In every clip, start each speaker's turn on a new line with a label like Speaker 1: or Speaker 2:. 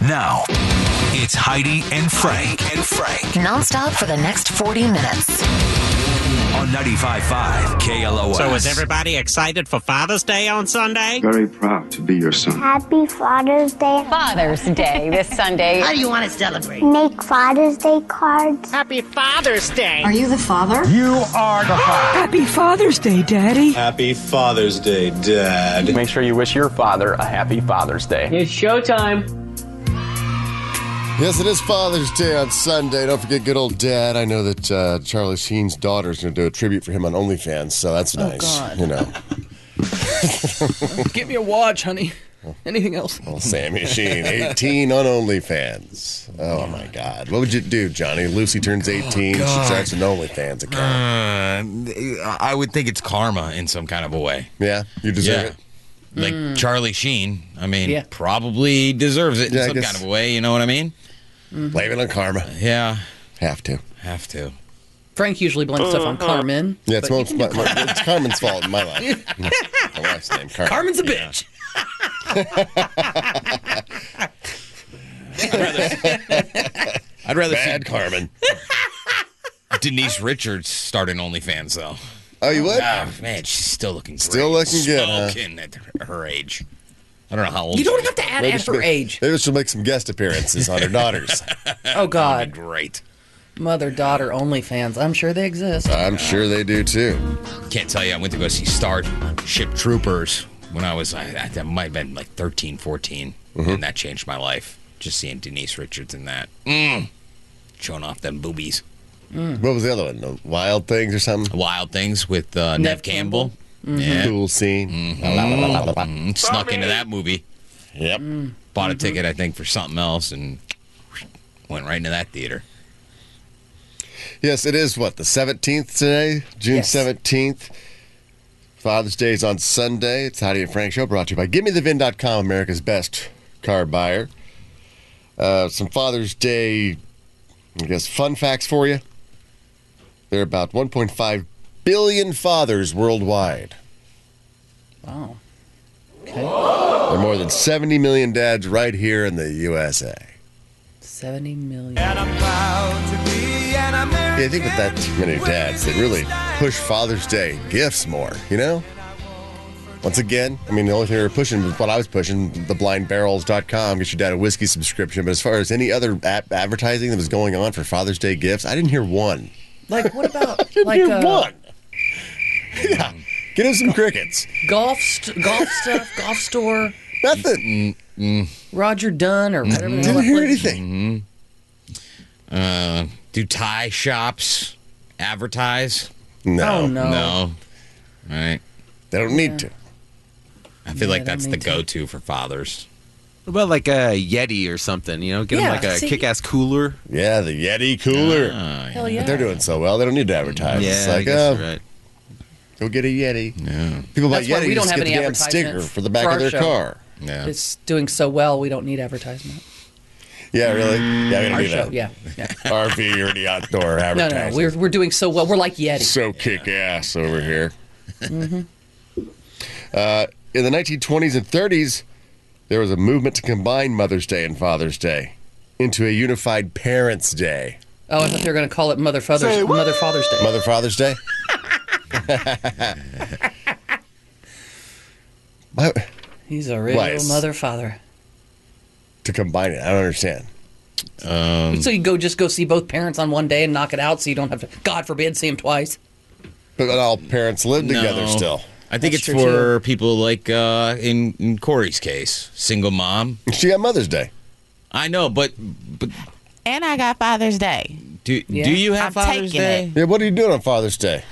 Speaker 1: Now, it's Heidi and Frank and Frank
Speaker 2: nonstop for the next 40 minutes.
Speaker 1: on 95.5 KLOS.
Speaker 3: So is everybody excited for Father's Day on Sunday?
Speaker 4: very proud to be your son.
Speaker 5: Happy Father's Day.
Speaker 6: Father's Day this Sunday.
Speaker 7: How do you want to celebrate?
Speaker 5: Make Father's Day cards.
Speaker 7: Happy Father's Day.
Speaker 6: Are you the father?
Speaker 8: Happy Father's Day, Daddy.
Speaker 9: Happy Father's Day, Dad.
Speaker 10: Make sure you wish your father a happy Father's Day.
Speaker 11: It's showtime.
Speaker 12: Yes, it is Father's Day on Sunday. Don't forget good old dad. I know that uh, Charlie Sheen's daughter is going to do a tribute for him on OnlyFans, so that's
Speaker 8: Oh,
Speaker 12: nice. You know,
Speaker 8: Give me a watch, honey. Anything else?
Speaker 12: Well, Sammy Sheen, 18 on OnlyFans. Oh, my God. What would you do, Johnny? Lucy
Speaker 8: Oh,
Speaker 12: turns 18. she starts an OnlyFans account.
Speaker 13: Uh, I would think it's karma in some kind of a way.
Speaker 12: yeah, you deserve
Speaker 13: yeah.
Speaker 12: it.
Speaker 13: Like Charlie Sheen, I mean,
Speaker 8: Yeah.
Speaker 13: probably deserves it
Speaker 12: Yeah, I
Speaker 13: in some
Speaker 12: guess.
Speaker 13: kind of a way. You know what I mean?
Speaker 12: Blame it on karma.
Speaker 13: Yeah,
Speaker 12: Have to.
Speaker 13: have to.
Speaker 11: Frank usually blames stuff on Carmen.
Speaker 12: Yeah, it's, most, my, my- it's Carmen's fault in my life. my wife's name, Carmen.
Speaker 8: Carmen's a bitch.
Speaker 13: I'd rather
Speaker 12: Bad Carmen.
Speaker 13: see Denise Richards start an OnlyFans though.
Speaker 12: Oh, you would?
Speaker 13: Oh man, she's still looking
Speaker 12: Still
Speaker 13: great.
Speaker 12: looking good, huh?
Speaker 13: Smoking at her age. I don't know how old.
Speaker 8: You
Speaker 13: she
Speaker 8: don't
Speaker 13: is.
Speaker 8: have to add
Speaker 12: Maybe
Speaker 8: at
Speaker 12: she'll
Speaker 8: her
Speaker 12: make-
Speaker 8: age.
Speaker 12: Maybe she'll make some guest appearances on her daughters.
Speaker 8: Oh,
Speaker 13: That'd
Speaker 8: God.
Speaker 13: be great.
Speaker 8: Mother, daughter, OnlyFans. I'm sure they exist.
Speaker 12: I'm sure they do too.
Speaker 13: Can't tell you, I went to go see Starship Troopers when I was, I, I- that might have been like 13, 14,
Speaker 10: Mm-hmm.
Speaker 13: and that changed my life. Just seeing Denise Richards in that. Mm. Showing off them boobies.
Speaker 12: What was the other one? The Wild Things or something?
Speaker 13: Wild Things with uh, Nev, Campbell. Mm-hmm. Yeah.
Speaker 12: Cool scene. La, la, la, la, la, la.
Speaker 13: Mm, snuck into that movie.
Speaker 12: Yep.
Speaker 13: Bought a ticket, I think, for something else and went right into that theater.
Speaker 12: Yes, it is what, the 17th today? June
Speaker 8: Yes.
Speaker 12: 17th. Father's Day is on Sunday. It's Heidi and Frank Show brought to you by GiveMeTheVIN.com, America's best car buyer. Uh, some Father's Day, I guess, fun facts for you. There are about 1.5 billion fathers worldwide.
Speaker 8: Wow.
Speaker 12: There are more than 70 million dads right here in the USA.
Speaker 8: 70 million.
Speaker 12: Yeah, I think with that many dads, they really push Father's Day gifts more, you know? Once again, I mean, the only thing they were pushing was what I was pushing, theblindbarrels.com, get your dad a whiskey subscription. But as far as any other app advertising that was going on for Father's Day gifts, I didn't hear one.
Speaker 8: Like, what about
Speaker 12: Didn't
Speaker 8: like
Speaker 12: hear
Speaker 8: uh,
Speaker 12: one. yeah. Get him some crickets.
Speaker 8: golf st- golf stuff, golf store, Mm-hmm.
Speaker 12: Nothing.
Speaker 8: Roger Dunn or whatever. the hell
Speaker 12: Didn't
Speaker 8: that
Speaker 12: hear
Speaker 8: place-
Speaker 12: anything.
Speaker 13: Uh, do tie shops advertise?
Speaker 8: Oh
Speaker 12: No.
Speaker 8: no.
Speaker 13: No. Right.
Speaker 12: They don't need to.
Speaker 13: I feel
Speaker 8: I
Speaker 13: like
Speaker 8: don't
Speaker 13: that's the
Speaker 8: need to.
Speaker 13: go to for fathers.
Speaker 10: Well, like a Yeti or something, you know, get
Speaker 8: Yeah,
Speaker 10: him like a
Speaker 8: see?
Speaker 10: kick-ass cooler.
Speaker 12: Yeah, the Yeti cooler.
Speaker 8: Hell yeah.
Speaker 12: But they're doing so well, they don't need to advertise.
Speaker 10: yeah,
Speaker 12: it's
Speaker 10: I
Speaker 12: like,
Speaker 10: guess
Speaker 12: oh,
Speaker 10: you're right.
Speaker 12: Go get a Yeti.
Speaker 13: Yeah.
Speaker 12: People buy
Speaker 8: That's why
Speaker 12: Yeti
Speaker 8: we don't
Speaker 12: just
Speaker 8: have
Speaker 12: get the
Speaker 8: any
Speaker 12: damn sticker
Speaker 8: advertisement
Speaker 12: for the back
Speaker 8: for
Speaker 12: of
Speaker 8: our
Speaker 12: their
Speaker 8: show.
Speaker 12: car.
Speaker 13: Yeah.
Speaker 8: It's doing so well, we don't need advertisement.
Speaker 12: Yeah, really? Yeah, we don't
Speaker 8: Our
Speaker 12: need
Speaker 8: show,
Speaker 12: that.
Speaker 8: yeah. yeah.
Speaker 12: RV or the outdoor
Speaker 8: No,
Speaker 12: advertising.
Speaker 8: no, no. We're, we're doing so well. We're like Yeti.
Speaker 12: so kick ass over here.
Speaker 8: Mm-hmm.
Speaker 12: Uh, in the 1920s and 30s, there was a movement to combine Mother's Day and Father's Day into a unified Parents' Day.
Speaker 8: Oh, I thought they were going to call it Mother Father's Mother Father's Day.
Speaker 12: Mother Father's Day? Why-
Speaker 8: He's a real
Speaker 12: Why is-
Speaker 8: mother father.
Speaker 12: to combine it, I don't understand.
Speaker 8: so you go just go see both parents on one day and knock it out, so you don't have to. God forbid, see them twice.
Speaker 12: But all parents live together
Speaker 13: No.
Speaker 12: still.
Speaker 13: I think
Speaker 8: That's
Speaker 13: it's
Speaker 8: true,
Speaker 13: for people like uh, in, in Corey's case, single mom.
Speaker 12: She got Mother's Day.
Speaker 13: I know, but but
Speaker 6: And I got Father's Day.
Speaker 13: do
Speaker 8: Yeah.
Speaker 13: do you have
Speaker 6: I'm
Speaker 13: Father's
Speaker 6: taking
Speaker 13: Day?
Speaker 12: Yeah, what are you doing on Father's Day?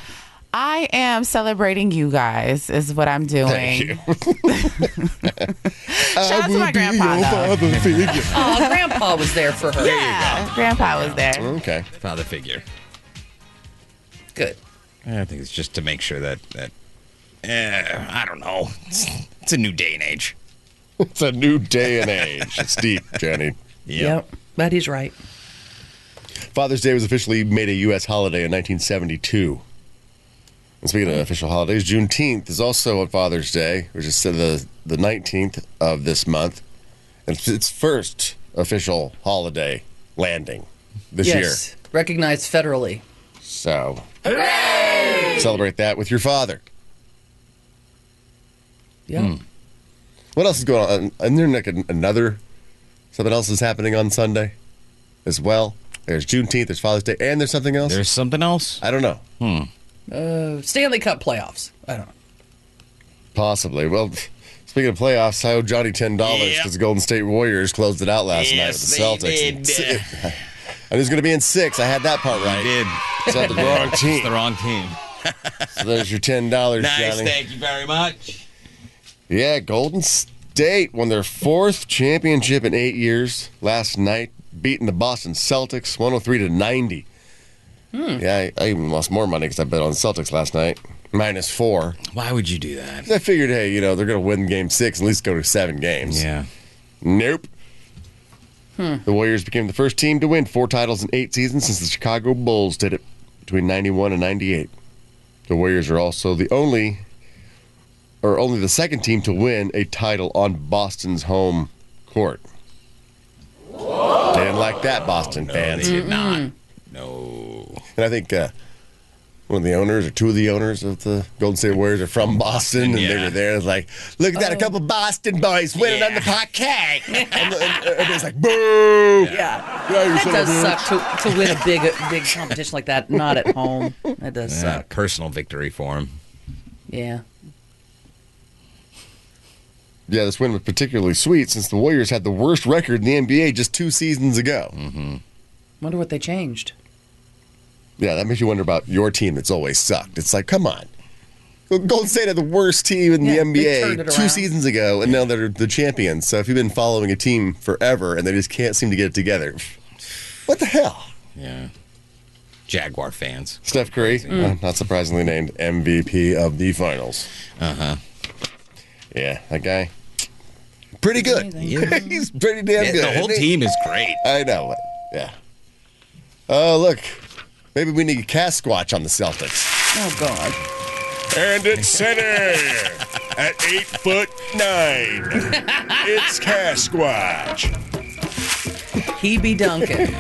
Speaker 6: I am celebrating you guys, is what I'm doing. Shout out to my grandpa. though.
Speaker 8: Oh, Grandpa was there for her.
Speaker 6: Yeah, grandpa was there.
Speaker 12: Okay.
Speaker 13: Father figure.
Speaker 8: Good.
Speaker 13: I think it's just to make sure that that eh, I don't know. It's, it's a new day and age.
Speaker 12: It's a new day and age. It's deep, Jenny.
Speaker 8: Yep. But he's right.
Speaker 12: Father's Day was officially made a U.S. holiday in 1972. And speaking of official holidays, Juneteenth is also on Father's Day, which is the, the 19th of this month. And it's its first official holiday landing this
Speaker 8: yes, recognized federally.
Speaker 12: year. So celebrate that with your father.
Speaker 8: Yeah.
Speaker 12: What else is going on? And there like an- another something else is happening on Sunday as well. There's Juneteenth, there's Father's Day, and there's something else. There's
Speaker 13: something else.
Speaker 12: I don't know. Hmm.
Speaker 8: Uh, Stanley Cup playoffs. I don't know.
Speaker 12: Possibly. Well, speaking of playoffs, I owe Johnny ten dollars
Speaker 8: Yeah.
Speaker 12: because the Golden State Warriors closed it out last
Speaker 13: Yes,
Speaker 12: night with the
Speaker 13: they
Speaker 12: Celtics. And
Speaker 13: did.
Speaker 12: si- And it was going to be in six. I had that part right.
Speaker 13: did.
Speaker 12: It's not the wrong
Speaker 13: It's
Speaker 12: team.
Speaker 13: the wrong team.
Speaker 12: So there's your ten dollars,
Speaker 13: nice.
Speaker 12: Johnny.
Speaker 13: Thank you very much.
Speaker 12: Yeah, Golden State won their fourth championship in eight years last night, beating the Boston Celtics 103 to 90.
Speaker 13: Hmm.
Speaker 12: Yeah, I, I even lost more money because I bet on the Celtics last night, minus four.
Speaker 13: Why would you do that?
Speaker 12: 'Cause I figured, hey, you know, they're going to win game six and at least go to seven games.
Speaker 13: Yeah.
Speaker 12: Nope. The Warriors became the first team to win four titles in eight seasons since the Chicago Bulls did it between 91 and 98. The Warriors are also the only or only the second team to win a title on Boston's home court. They didn't like that, Boston fans.
Speaker 13: They did not. No.
Speaker 12: And I think uh, one of the owners or two of the owners of the Golden State Warriors are from Boston, and they
Speaker 13: yeah.
Speaker 12: were there. and It's like, look at
Speaker 8: Oh.
Speaker 12: that, a couple Boston boys winning on the parquet. and, the- and everybody's like, boo.
Speaker 8: Yeah.
Speaker 12: Yeah, you
Speaker 8: That
Speaker 12: son of a
Speaker 8: does
Speaker 12: bitch.
Speaker 8: suck to, to win a big a big competition like that, not at home. That does
Speaker 13: Yeah,
Speaker 8: suck.
Speaker 13: personal victory for him.
Speaker 8: Yeah.
Speaker 12: Yeah, this win was particularly sweet since the Warriors had the worst record in the NBA just two seasons ago.
Speaker 8: Wonder what they changed.
Speaker 12: Yeah, that makes you wonder about your team that's always sucked. It's like, come on. Golden State had the worst team in
Speaker 8: Yeah, they
Speaker 12: the
Speaker 8: turned it
Speaker 12: NBA two
Speaker 8: around.
Speaker 12: seasons ago, and now they're the champions. So if you've been following a team forever and they just can't seem to get it together, what the hell?
Speaker 13: Yeah. Jaguar fans.
Speaker 12: Steph Curry, uh, not surprisingly named MVP of the finals.
Speaker 13: Uh huh.
Speaker 12: Yeah, that guy, pretty good. He's pretty damn good.
Speaker 13: the whole
Speaker 12: isn't he?
Speaker 13: team is great.
Speaker 12: I know. it. Yeah. Oh, look. Maybe we need a cast squatch on the Celtics.
Speaker 8: Oh God.
Speaker 12: And it's center at eight foot nine. It's Casquatch.
Speaker 8: He be dunking.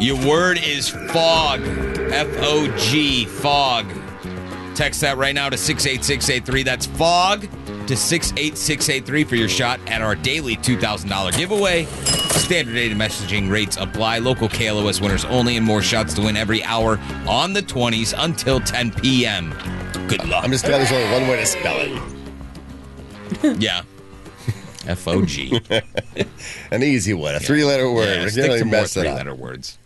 Speaker 13: Your word is fog. F O G. Fog. Text that right now to 68683. That's fog to 68683 for your shot at our daily $2,000 giveaway. Standard data messaging rates apply. Local KLOS winners only and more shots to win every hour on the 20s until 10 p.m. Good luck.
Speaker 12: I'm just glad there's only one way to spell it.
Speaker 13: yeah. F O G.
Speaker 12: An easy one, a three letter word.
Speaker 13: Yeah,
Speaker 12: We
Speaker 13: stick
Speaker 12: can't
Speaker 13: to
Speaker 12: really
Speaker 13: more
Speaker 12: mess it
Speaker 13: three
Speaker 12: up.
Speaker 13: letter words.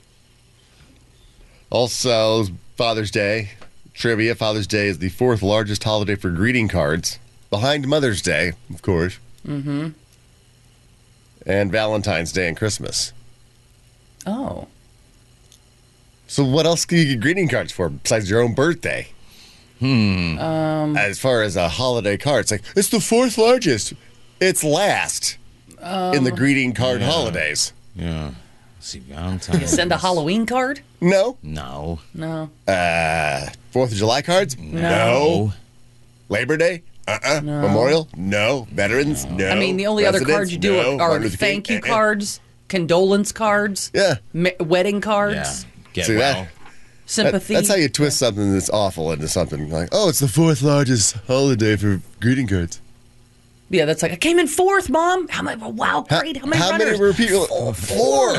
Speaker 12: Also, Father's Day trivia. Father's Day is the fourth largest holiday for greeting cards, behind Mother's Day, of course. Mm-hmm. And Valentine's Day and Christmas.
Speaker 8: Oh.
Speaker 12: So what else can you get greeting cards for besides your own birthday? Hmm. Um, as far as a holiday card, it's like it's the fourth largest. It's last in
Speaker 8: Oh.
Speaker 12: the greeting card holidays.
Speaker 13: Yeah. See, Valentine's.
Speaker 8: You send a Halloween card?
Speaker 12: No.
Speaker 13: No.
Speaker 8: No.
Speaker 12: Uh, Fourth of July cards? No. Labor Day? Uh-uh. Memorial? No. Veterans? No.
Speaker 8: I mean, the only other
Speaker 12: Presidents?
Speaker 8: cards you do
Speaker 12: No.
Speaker 8: are
Speaker 12: Martin Luther King?
Speaker 8: thank you
Speaker 12: Uh-uh.
Speaker 8: cards, condolence cards,
Speaker 12: Yeah.
Speaker 8: ma- wedding
Speaker 13: Yeah.
Speaker 8: cards,
Speaker 13: Get
Speaker 12: See
Speaker 13: well.
Speaker 12: that? That-
Speaker 8: sympathy.
Speaker 12: that's how you twist something that's awful into something like, oh, it's the fourth largest holiday for greeting cards.
Speaker 8: yeah, that's like I came in fourth, mom. How many? Wow,
Speaker 12: How,
Speaker 8: great. How many?
Speaker 12: how many
Speaker 8: runners?
Speaker 12: were people? uh, four.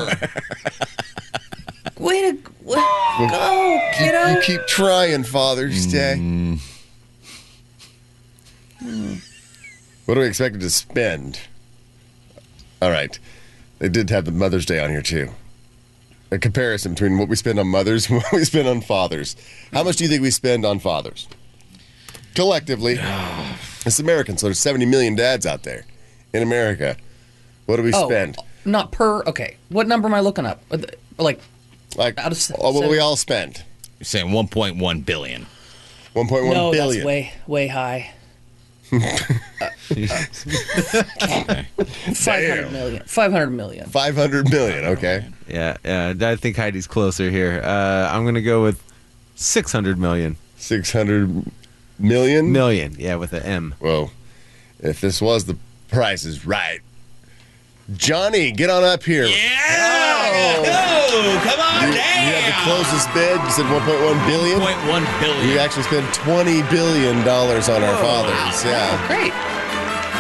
Speaker 8: Way to way, go,
Speaker 12: You- You,
Speaker 8: kiddo.
Speaker 12: keep trying, Father's Day. What are we expected to spend? All right. They did have the Mother's Day on here, too. A comparison between what we spend on mothers and what we spend on fathers. How much do you think we spend on fathers? Collectively, it's Americans, so there's 70 million dads out there in America. What do we
Speaker 8: Oh,
Speaker 12: spend?
Speaker 8: not per. Okay, what number am I looking up? Are the- Like,
Speaker 12: Like,
Speaker 8: out of se-
Speaker 12: oh, what we
Speaker 8: seven-
Speaker 12: all spend?
Speaker 13: You're saying 1.1 billion.
Speaker 12: 1.1 billion.
Speaker 8: no, that's way way high. Five hundred million. Five hundred million.
Speaker 12: 500 million, okay.
Speaker 14: Yeah, yeah. I think Heidi's closer here. Uh, I'm gonna go with six hundred million.
Speaker 12: Six hundred million.
Speaker 14: Million, yeah, with an M.
Speaker 12: Well, if this was the Price is Right, Johnny, get on up here.
Speaker 13: Yeah! Oh, come on
Speaker 12: You have the closest bid. You said 1.1 billion.
Speaker 13: 1.1 billion.
Speaker 12: You actually spent 20 billion dollars on our
Speaker 13: Oh,
Speaker 12: fathers. Yeah.
Speaker 8: Great.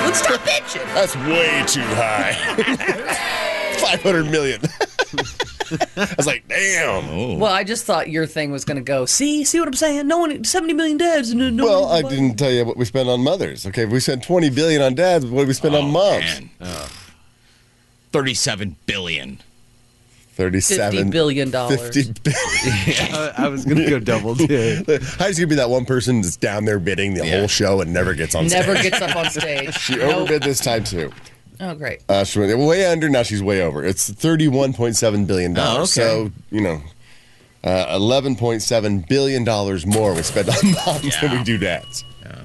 Speaker 8: Let's stop bitching.
Speaker 12: That's way too high. 500 million. I was like, damn.
Speaker 8: Well, I just thought your thing was going to go. See, see what I'm saying? No one, seventy million dads. No, no
Speaker 12: well, I
Speaker 8: one-
Speaker 12: didn't tell you what we spent on mothers. Okay, we spent 20 billion on dads. What did we spend
Speaker 8: Oh,
Speaker 12: on moms?
Speaker 13: Thirty-seven billion.
Speaker 12: 37
Speaker 8: $50 billion dollars.
Speaker 12: 50 billion. I was going to go double too. How's going to be that one person that's down there bidding the whole show and never gets on
Speaker 8: Never
Speaker 12: stage?
Speaker 8: gets up on stage.
Speaker 12: she
Speaker 8: Nope.
Speaker 12: overbid this time too.
Speaker 8: Oh, great.
Speaker 12: Uh, she went way under. Now she's way over. It's thirty-one point seven billion dollars.
Speaker 8: Oh, okay.
Speaker 12: So you know, uh, eleven point seven billion dollars more we spend on moms than we do dads. Yeah.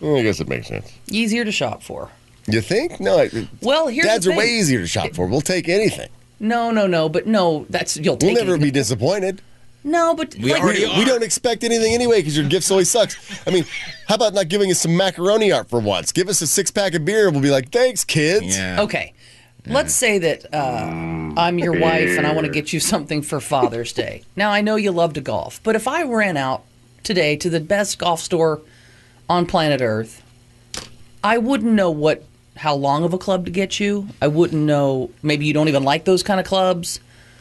Speaker 12: Well, I guess it makes sense.
Speaker 8: Easier to shop for.
Speaker 12: You think? No. I,
Speaker 8: Well, here's
Speaker 12: dads
Speaker 8: the
Speaker 12: are way
Speaker 8: thing.
Speaker 12: easier to shop for. We'll take anything.
Speaker 8: No, no, no. But no, that's you'll
Speaker 12: We'll
Speaker 8: take.
Speaker 12: never
Speaker 8: it.
Speaker 12: be disappointed.
Speaker 8: No, but like,
Speaker 12: we don't expect anything anyway because your gifts always sucks. I mean, how about not giving us some macaroni art for once? Give us a six pack of beer and we'll be like, thanks, kids.
Speaker 8: Okay. Let's say that uh, I'm your wife and I want to get you something for Father's Day. Now, I know you love to golf, but if I ran out today to the best golf store on planet Earth, I wouldn't know what how long of a club to get you. I wouldn't know. Maybe you don't even like those kind of clubs.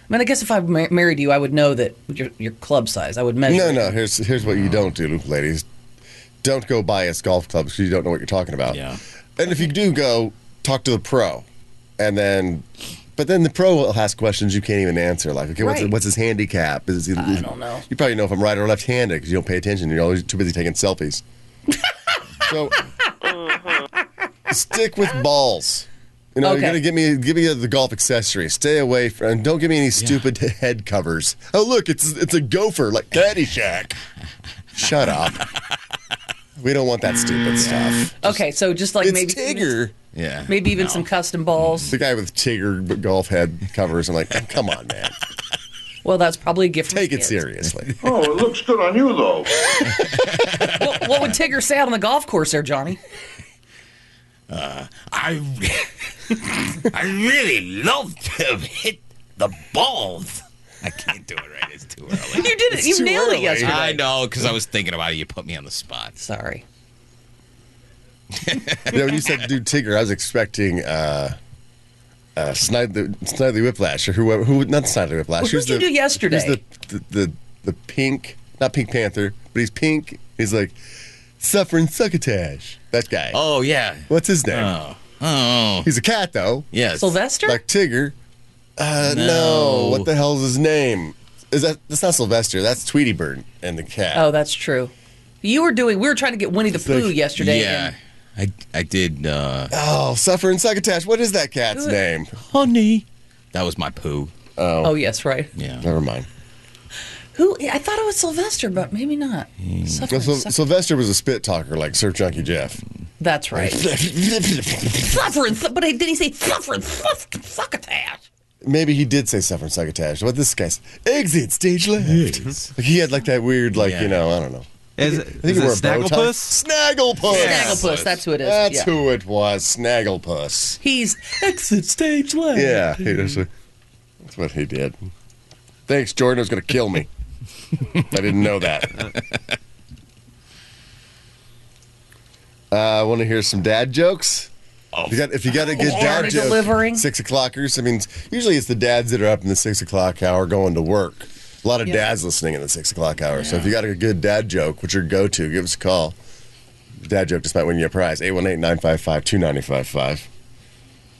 Speaker 8: I mean, I guess if I mar- married you, I would know that your, your club size. I would measure.
Speaker 12: No,
Speaker 8: it. Oh.
Speaker 12: no. Here's here's what you don't do, ladies. Don't go buy us golf clubs because you don't know what you're talking about. Yeah. And if you do go, talk to the pro, and then, but then the pro will ask questions you can't even answer. Like, okay, what's
Speaker 8: Right.
Speaker 12: what's his handicap? Is he, I don't
Speaker 8: know.
Speaker 12: You probably know if I'm right or left-handed because you don't pay attention. You're always too busy taking selfies. so stick with balls. You know,
Speaker 8: Okay.
Speaker 12: you're gonna give me give me the golf accessory. Stay away from and don't give me any stupid head covers. Oh look, it's it's a gopher like Caddyshack. Shut up. We don't want that stupid stuff.
Speaker 8: Okay, so just like
Speaker 12: it's
Speaker 8: maybe
Speaker 12: Tigger. Yeah.
Speaker 8: maybe even some custom balls.
Speaker 12: The guy with Tigger golf head covers. I'm like, come on, man.
Speaker 8: Well, that's probably a gift.
Speaker 12: Take it seriously.
Speaker 8: Oh, it looks good on you though. what, what would Tigger say out on the golf course there, Johnny?
Speaker 13: Uh, I, I really love to hit the balls. I can't do it right. It's too early.
Speaker 8: You did it.
Speaker 13: It's
Speaker 8: You
Speaker 13: too
Speaker 8: nailed it
Speaker 13: early.
Speaker 8: yesterday.
Speaker 13: I know because I was thinking about it. You put me on the spot.
Speaker 8: Sorry.
Speaker 12: you know, when you said do Tigger, I was expecting uh uh Snidely, Snidely Whiplash or whoever who not Snidely Whiplash.
Speaker 8: Well,
Speaker 12: who's
Speaker 8: who'd you
Speaker 12: the-
Speaker 8: do yesterday?
Speaker 12: Who's the, the the the pink not Pink Panther, but he's pink. He's like suffering succotash. That guy.
Speaker 13: Oh yeah.
Speaker 12: What's his name? Oh. He's a cat though.
Speaker 13: Yes.
Speaker 8: Sylvester?
Speaker 12: Like Tigger. Uh no.
Speaker 8: No.
Speaker 12: What the hell's his name? Is that that's not Sylvester, that's Tweety Bird and the cat.
Speaker 8: Oh, that's true. You were doing. We were trying to get Winnie the Pooh yesterday.
Speaker 13: Yeah,
Speaker 8: and-
Speaker 13: I I did. Uh,
Speaker 12: Oh, suffering succotash. What is that cat's
Speaker 8: Good.
Speaker 12: name?
Speaker 13: Honey. That was my poo.
Speaker 12: Oh.
Speaker 8: Oh yes, right.
Speaker 13: Yeah.
Speaker 12: Never mind.
Speaker 8: Who? I thought it was Sylvester, but maybe not. Suffering
Speaker 12: Hmm. Well, Syl-
Speaker 8: suck-
Speaker 12: Sylvester was a spit talker like Surf Junkie Jeff.
Speaker 8: that's right. suffering, su- but I- didn't he say suffering suck, succotash?
Speaker 12: Maybe he did say suffering succotash. What this guy's exit stage left. Like he had like that weird like you know I don't know.
Speaker 14: Is-
Speaker 12: I
Speaker 14: is
Speaker 12: he
Speaker 14: it
Speaker 12: wore a bow tie.
Speaker 14: Snagglepuss?
Speaker 12: Snagglepuss.
Speaker 8: Snagglepuss, that's who it is,
Speaker 12: That's
Speaker 8: yeah.
Speaker 12: who it was. Snagglepuss.
Speaker 8: He's exit stage left.
Speaker 12: Yeah, he was a- that's what he did. Thanks, Jordan. It was going to kill me. I didn't know that. Uh, I want to hear some dad jokes. If you got, if you got a good
Speaker 8: Are
Speaker 12: dad
Speaker 8: they
Speaker 12: joke,
Speaker 8: delivering?
Speaker 12: six o'clockers. I mean, usually it's the dads that are up in the six o'clock hour going to work. A lot of
Speaker 8: Yeah.
Speaker 12: dads listening in the six o'clock hour. So if you got a good dad joke, what's your go to? Give us a call. Dad joke just might win you a prize. 818 955 2955.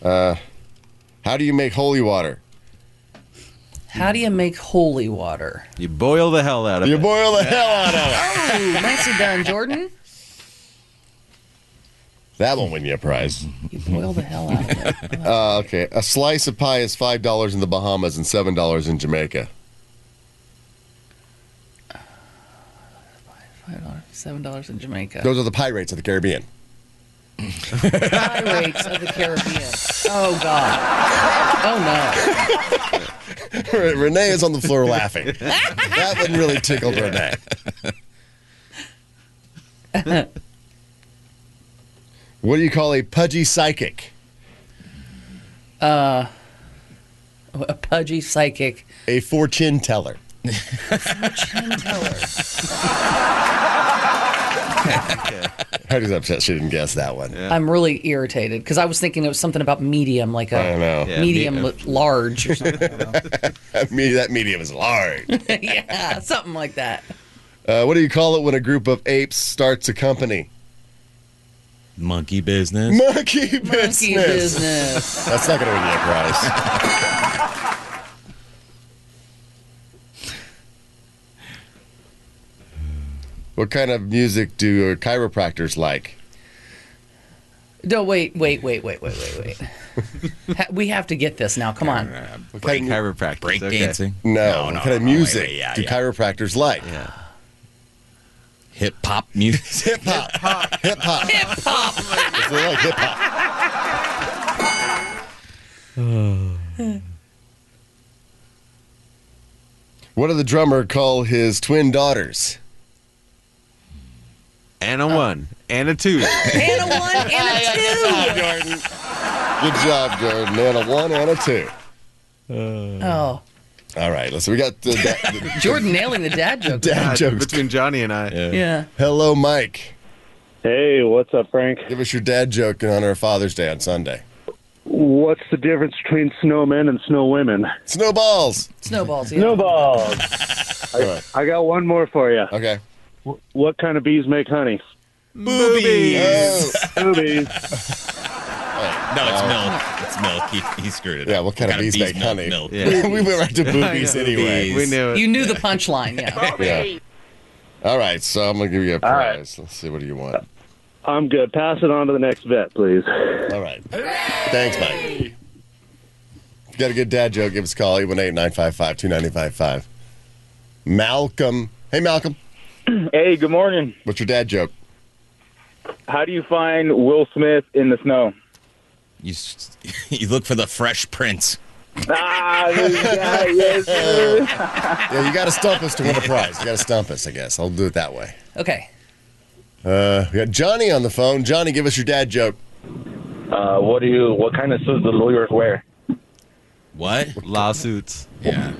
Speaker 12: Uh, how do you make holy water?
Speaker 8: How do you make holy water?
Speaker 12: You boil the hell out of it. You boil the hell out of it.
Speaker 8: Oh, nicely done, Jordan.
Speaker 12: That won't win you a prize.
Speaker 8: You boil the hell out of it.
Speaker 12: Uh, okay. A slice of pie is $5 in the Bahamas and $7 in Jamaica.
Speaker 8: Five dollars, seven dollars in Jamaica.
Speaker 12: Those are the pie rates of the Caribbean.
Speaker 8: Pirates of the Caribbean. Oh God. Oh
Speaker 12: Renee is on the floor laughing. That one really tickled Renee.
Speaker 8: Oh,
Speaker 12: what do you call a pudgy psychic?
Speaker 8: Uh, a pudgy psychic.
Speaker 12: A fortune teller. Heidi's upset she didn't guess that one.
Speaker 8: I'm really irritated because I was thinking it was something about medium, like a
Speaker 12: I know. Oh, Yeah,
Speaker 8: medium
Speaker 12: medium.
Speaker 8: li- large or something.
Speaker 12: Me- that medium is large.
Speaker 8: yeah, something like that.
Speaker 12: Uh, what do you call it when a group of apes starts a company?
Speaker 13: Monkey business.
Speaker 12: Monkey business.
Speaker 8: business.
Speaker 12: That's not going to win you a prize. what kind of music do your chiropractors like?
Speaker 8: No, wait, wait, wait, wait, wait, wait, wait. Ha- we have to get this now. Come on.
Speaker 10: Break chiropractic. Break dancing.
Speaker 12: No, what kind of music
Speaker 10: wait, yeah,
Speaker 12: do
Speaker 10: yeah.
Speaker 12: chiropractors like?
Speaker 13: Hip hop music.
Speaker 12: Hip hop. Hip hop. Hip hop. they like hip hop. What did the drummer call his twin daughters?
Speaker 14: And a one. And a two.
Speaker 8: And a one and a two.
Speaker 12: Good job, Jordan. And a one and a two.
Speaker 8: Oh,
Speaker 12: All right, listen. We got the, da- the
Speaker 8: Jordan nailing the dad joke.
Speaker 12: dad jokes.
Speaker 14: Between Johnny and I.
Speaker 8: Yeah.
Speaker 12: Hello, Mike.
Speaker 15: Hey, what's up, Frank?
Speaker 12: Give us your dad joke in honor of Father's Day on Sunday.
Speaker 15: What's the difference between snowmen and snow women?
Speaker 12: Snowballs.
Speaker 8: Snowballs. Yeah.
Speaker 15: Snowballs. I, I got one more for you.
Speaker 12: Okay.
Speaker 15: What kind of bees make honey?
Speaker 12: Oh,
Speaker 15: Boobies.
Speaker 13: Oh, No, it's milk. It's milk. He, he screwed it
Speaker 12: yeah,
Speaker 13: up.
Speaker 12: what kind of bees make
Speaker 13: milk?
Speaker 12: honey?
Speaker 13: Milk.
Speaker 14: Yeah.
Speaker 12: we went right to boobies anyway.
Speaker 14: We knew it.
Speaker 8: You knew the punchline. Yeah.
Speaker 12: Yeah. All right, so I'm gonna give you a
Speaker 15: All right.
Speaker 12: prize. Let's see what do you want.
Speaker 15: I'm good. Pass it on to the next vet, please.
Speaker 12: All right. Thanks, Mike. If you got a good dad joke, give us a call, 818-955-2955. Malcolm. Hey Malcolm.
Speaker 16: Hey, good morning.
Speaker 12: What's your dad joke?
Speaker 16: How do you find Will Smith in the snow?
Speaker 13: You, s- you look for the fresh prince.
Speaker 16: Ah, this guy, yes, sir.
Speaker 12: Yeah, you gotta stump us to win a prize. You gotta stump us, I guess. I'll do it that way.
Speaker 8: Okay.
Speaker 12: Uh, we got Johnny on the phone. Johnny, give us your dad joke.
Speaker 16: Uh, what do you? What kind of suits do lawyers wear?
Speaker 13: What?
Speaker 14: Lawsuits.
Speaker 13: Yeah.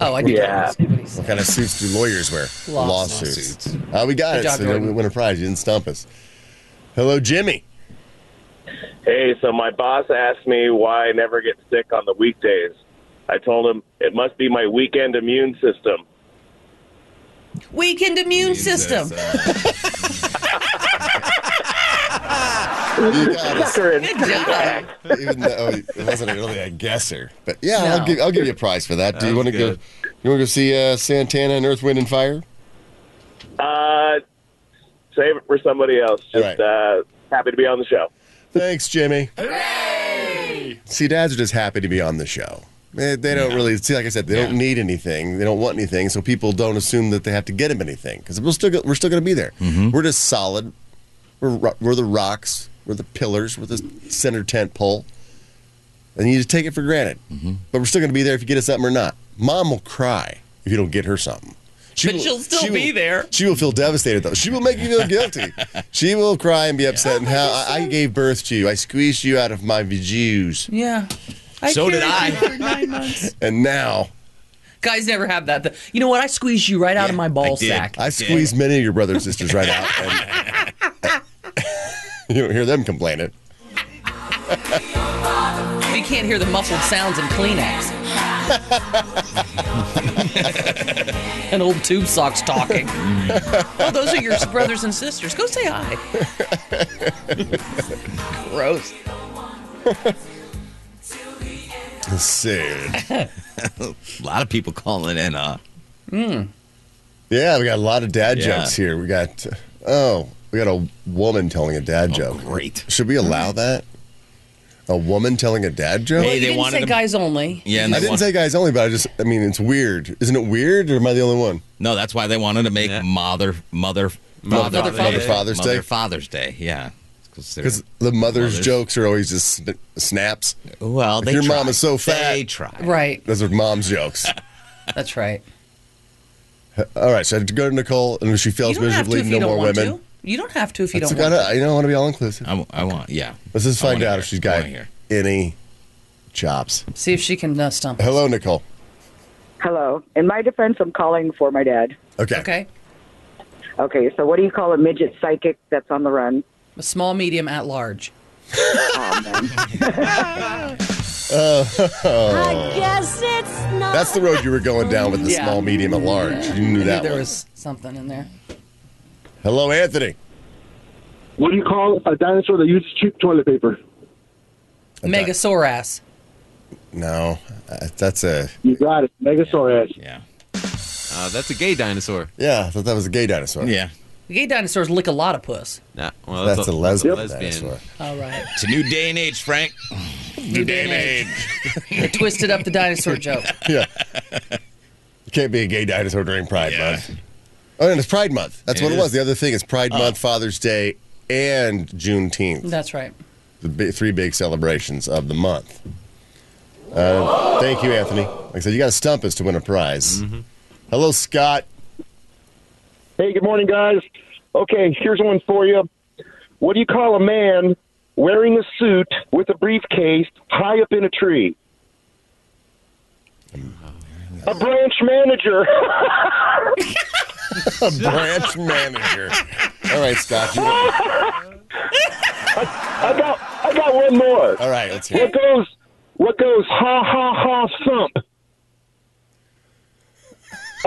Speaker 8: Oh, I did.
Speaker 16: Yeah.
Speaker 12: What kind of suits do lawyers wear?
Speaker 8: Lawsuits.
Speaker 12: Uh, we got
Speaker 8: Good
Speaker 12: it.
Speaker 8: job,
Speaker 12: so then we
Speaker 8: Jordan.
Speaker 12: win a prize. You didn't stump us. Hello, Jimmy.
Speaker 16: Hey, so my boss asked me why I never get sick on the weekdays. I told him it must be my weekend immune system.
Speaker 8: Weakened immune system.
Speaker 12: You got us.
Speaker 16: Sucker in.
Speaker 8: Good job.
Speaker 12: Even though oh, it wasn't really a guesser, but yeah,
Speaker 8: No.
Speaker 12: I'll, give, I'll give you a prize for that. Do you want to go? You want to go see uh, Santana and Earth, Wind, and Fire?
Speaker 16: Uh, save it for somebody else. Just
Speaker 12: Right.
Speaker 16: uh, happy to be on the show.
Speaker 12: Thanks, Jimmy. See, dads are just happy to be on the show. They, they don't really see, like I said, they don't need anything. They don't want anything, so people don't assume that they have to get them anything because we're still go- we're still going to be there. We're just solid. We're ro- we're the rocks. We're the pillars. We're the center tent pole. And you just take it for granted. But we're still going to be there if you get us something or not. Mom will cry if you don't get her something. She
Speaker 8: But she'll still be
Speaker 12: will-
Speaker 8: there.
Speaker 12: She will feel devastated, though. She will make you feel guilty. she will cry and be upset. and how I, I gave birth to you. I squeezed you out of my juice.
Speaker 8: Yeah. I
Speaker 13: So did
Speaker 8: carried
Speaker 13: I.
Speaker 8: you for nine months.
Speaker 12: And now
Speaker 8: Guys never have that. The- You know what? I squeezed you right out of my ball
Speaker 13: did.
Speaker 8: sack.
Speaker 12: I squeezed many of your brothers and sisters right out. And, you don't hear them complaining.
Speaker 8: You can't hear the muffled sounds in Kleenex. and old tube socks talking. oh, those are your brothers and sisters. Go say hi. Gross.
Speaker 12: Let's see.
Speaker 13: A lot of people calling in, uh, huh?
Speaker 12: Yeah, we got a lot of dad
Speaker 13: Yeah.
Speaker 12: jokes here. We got uh, oh, we got a woman telling a
Speaker 8: Oh,
Speaker 12: dad joke.
Speaker 13: great.
Speaker 12: Should we
Speaker 8: Mm-hmm.
Speaker 12: allow that? A woman telling a dad joke?
Speaker 13: Hey,
Speaker 8: you
Speaker 13: they
Speaker 8: didn't
Speaker 13: wanted
Speaker 8: say
Speaker 13: them-
Speaker 8: guys only.
Speaker 13: Yeah. And
Speaker 12: I
Speaker 13: they
Speaker 12: didn't
Speaker 13: want-
Speaker 12: say guys only, but I just I mean it's weird. Isn't it weird or am I the only one?
Speaker 13: No, that's why they wanted to make mother, mother,
Speaker 12: Mother-
Speaker 13: mother,
Speaker 12: Mother Father's Father's Day?
Speaker 13: Mother Father's Day. Yeah.
Speaker 12: Because the mother's,
Speaker 13: Mothers.
Speaker 12: jokes are always just sn- snaps.
Speaker 13: well,
Speaker 8: Oh,
Speaker 12: Like,
Speaker 13: they
Speaker 12: your mom
Speaker 13: tried.
Speaker 12: is so
Speaker 13: They
Speaker 12: fat.
Speaker 13: tried.
Speaker 8: Right.
Speaker 12: Those are mom's jokes.
Speaker 8: That's right.
Speaker 12: All right, so I go to Nicole, and if she
Speaker 8: You
Speaker 12: fails
Speaker 8: don't have to
Speaker 12: miserably,
Speaker 8: if you
Speaker 12: no
Speaker 8: don't
Speaker 12: more
Speaker 8: want
Speaker 12: women.
Speaker 8: to. You don't have to if you
Speaker 12: That's
Speaker 8: don't want
Speaker 12: gotta- you don't want to be all inclusive.
Speaker 13: I, w- I want. Yeah.
Speaker 12: Let's just
Speaker 13: I
Speaker 12: find
Speaker 13: wanna
Speaker 12: out
Speaker 13: hear
Speaker 12: if she's
Speaker 13: it. I
Speaker 12: got
Speaker 13: wanna hear
Speaker 12: any chops.
Speaker 8: See if she can uh, stump.
Speaker 12: Hello, Nicole.
Speaker 17: Hello. In my defense, I'm calling for my dad.
Speaker 12: Okay.
Speaker 8: Okay.
Speaker 17: Okay, so what do you call a midget psychic that's on the run?
Speaker 8: A small, medium, at large.
Speaker 11: guess it's not.
Speaker 12: That's the road you were going down with the
Speaker 8: Yeah.
Speaker 12: small, medium, and large. You
Speaker 8: I
Speaker 12: knew
Speaker 8: knew
Speaker 12: that
Speaker 8: there
Speaker 12: one.
Speaker 8: was something in there.
Speaker 12: Hello, Anthony.
Speaker 18: What do you call a dinosaur that uses cheap toilet paper?
Speaker 8: Megasaurus.
Speaker 12: No, uh, that's a.
Speaker 18: You got it. Megasaurus.
Speaker 13: Yeah.
Speaker 14: Uh, that's a gay dinosaur.
Speaker 12: Yeah, I thought that was a gay dinosaur.
Speaker 13: Yeah.
Speaker 8: Gay dinosaurs lick a lot of puss.
Speaker 14: Nah, well,
Speaker 12: That's a lesbian
Speaker 14: dinosaur.
Speaker 8: All right.
Speaker 13: It's a new day and age, Frank. New day and age.
Speaker 8: They twisted up the dinosaur joke.
Speaker 12: yeah. You can't be a gay dinosaur during Pride Month. Oh, and it's Pride Month. That's
Speaker 8: It
Speaker 12: what it
Speaker 8: is.
Speaker 12: was. The other thing is Pride Month, Father's Day, and Juneteenth.
Speaker 8: That's right.
Speaker 12: The big, three big celebrations of the month. Uh, thank you, Anthony. Like I said, you got to stump us to win a prize. Hello, Scott.
Speaker 18: Hey, good morning, guys. Okay, here's one for you. What do you call a man wearing a suit with a briefcase high up in a tree? A branch manager.
Speaker 12: a branch manager. All right, Scott. You
Speaker 18: I got I got one more.
Speaker 12: All right, let's
Speaker 18: hear what goes what goes ha ha ha thump.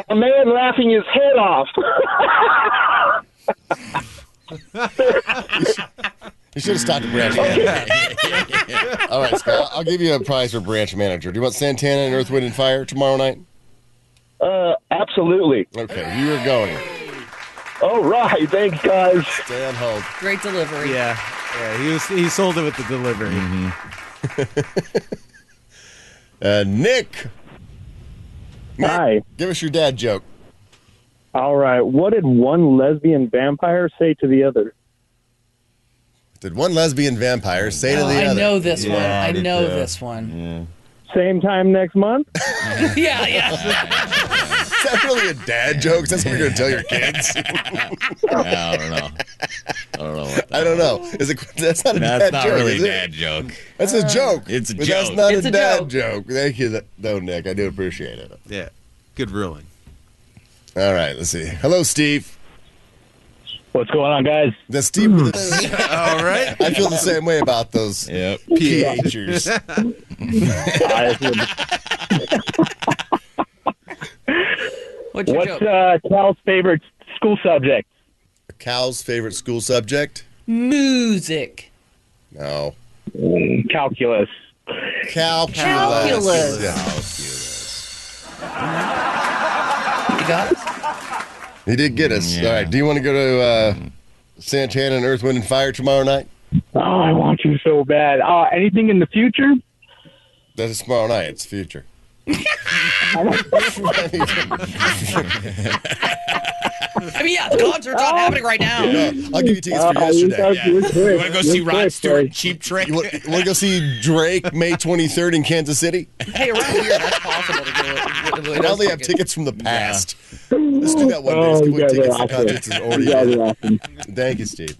Speaker 18: A man laughing his head off.
Speaker 12: You should have stopped at branch manager. All right, Scott. I'll give you a prize for branch manager. Do you want Santana and Earth, Wind, and Fire tomorrow night?
Speaker 18: Uh, absolutely.
Speaker 12: Okay, you are going.
Speaker 18: All right, thanks, guys.
Speaker 12: Stay on hold.
Speaker 8: Great delivery.
Speaker 14: Yeah, yeah. He was he sold it with the delivery.
Speaker 12: Uh, Nick.
Speaker 18: Hi.
Speaker 12: Give us your dad joke.
Speaker 18: All right. What did one lesbian vampire say to the other?
Speaker 12: Did one lesbian vampire say to
Speaker 8: Oh,
Speaker 12: the
Speaker 8: I
Speaker 12: other?
Speaker 8: know this one. I know this one.
Speaker 12: Yeah.
Speaker 18: Same time next month.
Speaker 8: yeah, yeah.
Speaker 12: Is that really a dad joke? Is that something you're going to tell your kids?
Speaker 13: I don't know. I don't know. What
Speaker 12: I don't know. Is it, that's not a
Speaker 13: That's
Speaker 12: dad
Speaker 13: not
Speaker 12: joke.
Speaker 13: really
Speaker 12: is
Speaker 13: a
Speaker 12: it?
Speaker 13: dad joke. Uh,
Speaker 12: That's a joke.
Speaker 13: It's a
Speaker 12: but That's
Speaker 13: joke.
Speaker 12: not
Speaker 13: It's
Speaker 12: a
Speaker 13: a
Speaker 12: dad joke. Thank you, th- though, Nick. I do appreciate it.
Speaker 14: Yeah. Good ruling.
Speaker 12: All right, let's see. Hello, Steve.
Speaker 18: What's going on, guys?
Speaker 12: That's Steve. With a-
Speaker 14: All right.
Speaker 12: I feel the same way about those PHers.
Speaker 8: What's
Speaker 12: your
Speaker 18: What's uh, Cal's favorite school subject?
Speaker 12: A cow's favorite school subject?
Speaker 8: Music.
Speaker 12: No.
Speaker 18: Mm, Calculus.
Speaker 12: Calculus.
Speaker 8: Calculus. You got it?
Speaker 12: He did get us. All right. Do you want to go to uh, Santana and Earth, Wind, and Fire tomorrow night?
Speaker 18: Oh, I want you so bad. Uh, anything in the future?
Speaker 12: That is tomorrow night. It's future.
Speaker 8: I mean, yeah, the concert's
Speaker 18: Oh.
Speaker 8: not happening right now.
Speaker 12: I'll give you tickets for
Speaker 8: Uh, you
Speaker 12: yesterday.
Speaker 8: guys, you're quick. You wanna go You're see Rod quick, Stewart, sorry.
Speaker 12: Cheap Trick? You want, to go see Drake May 23rd in Kansas City?
Speaker 8: Hey, around here, that's possible to do it. It
Speaker 12: now
Speaker 8: does
Speaker 12: they
Speaker 8: work.
Speaker 12: have tickets from the past. Let's do that one day.
Speaker 18: Oh,
Speaker 12: Let's give
Speaker 18: you
Speaker 12: away
Speaker 18: guys are
Speaker 12: tickets to
Speaker 18: awesome.
Speaker 12: concerts is already
Speaker 18: You guys are
Speaker 12: in. Thank you, Steve.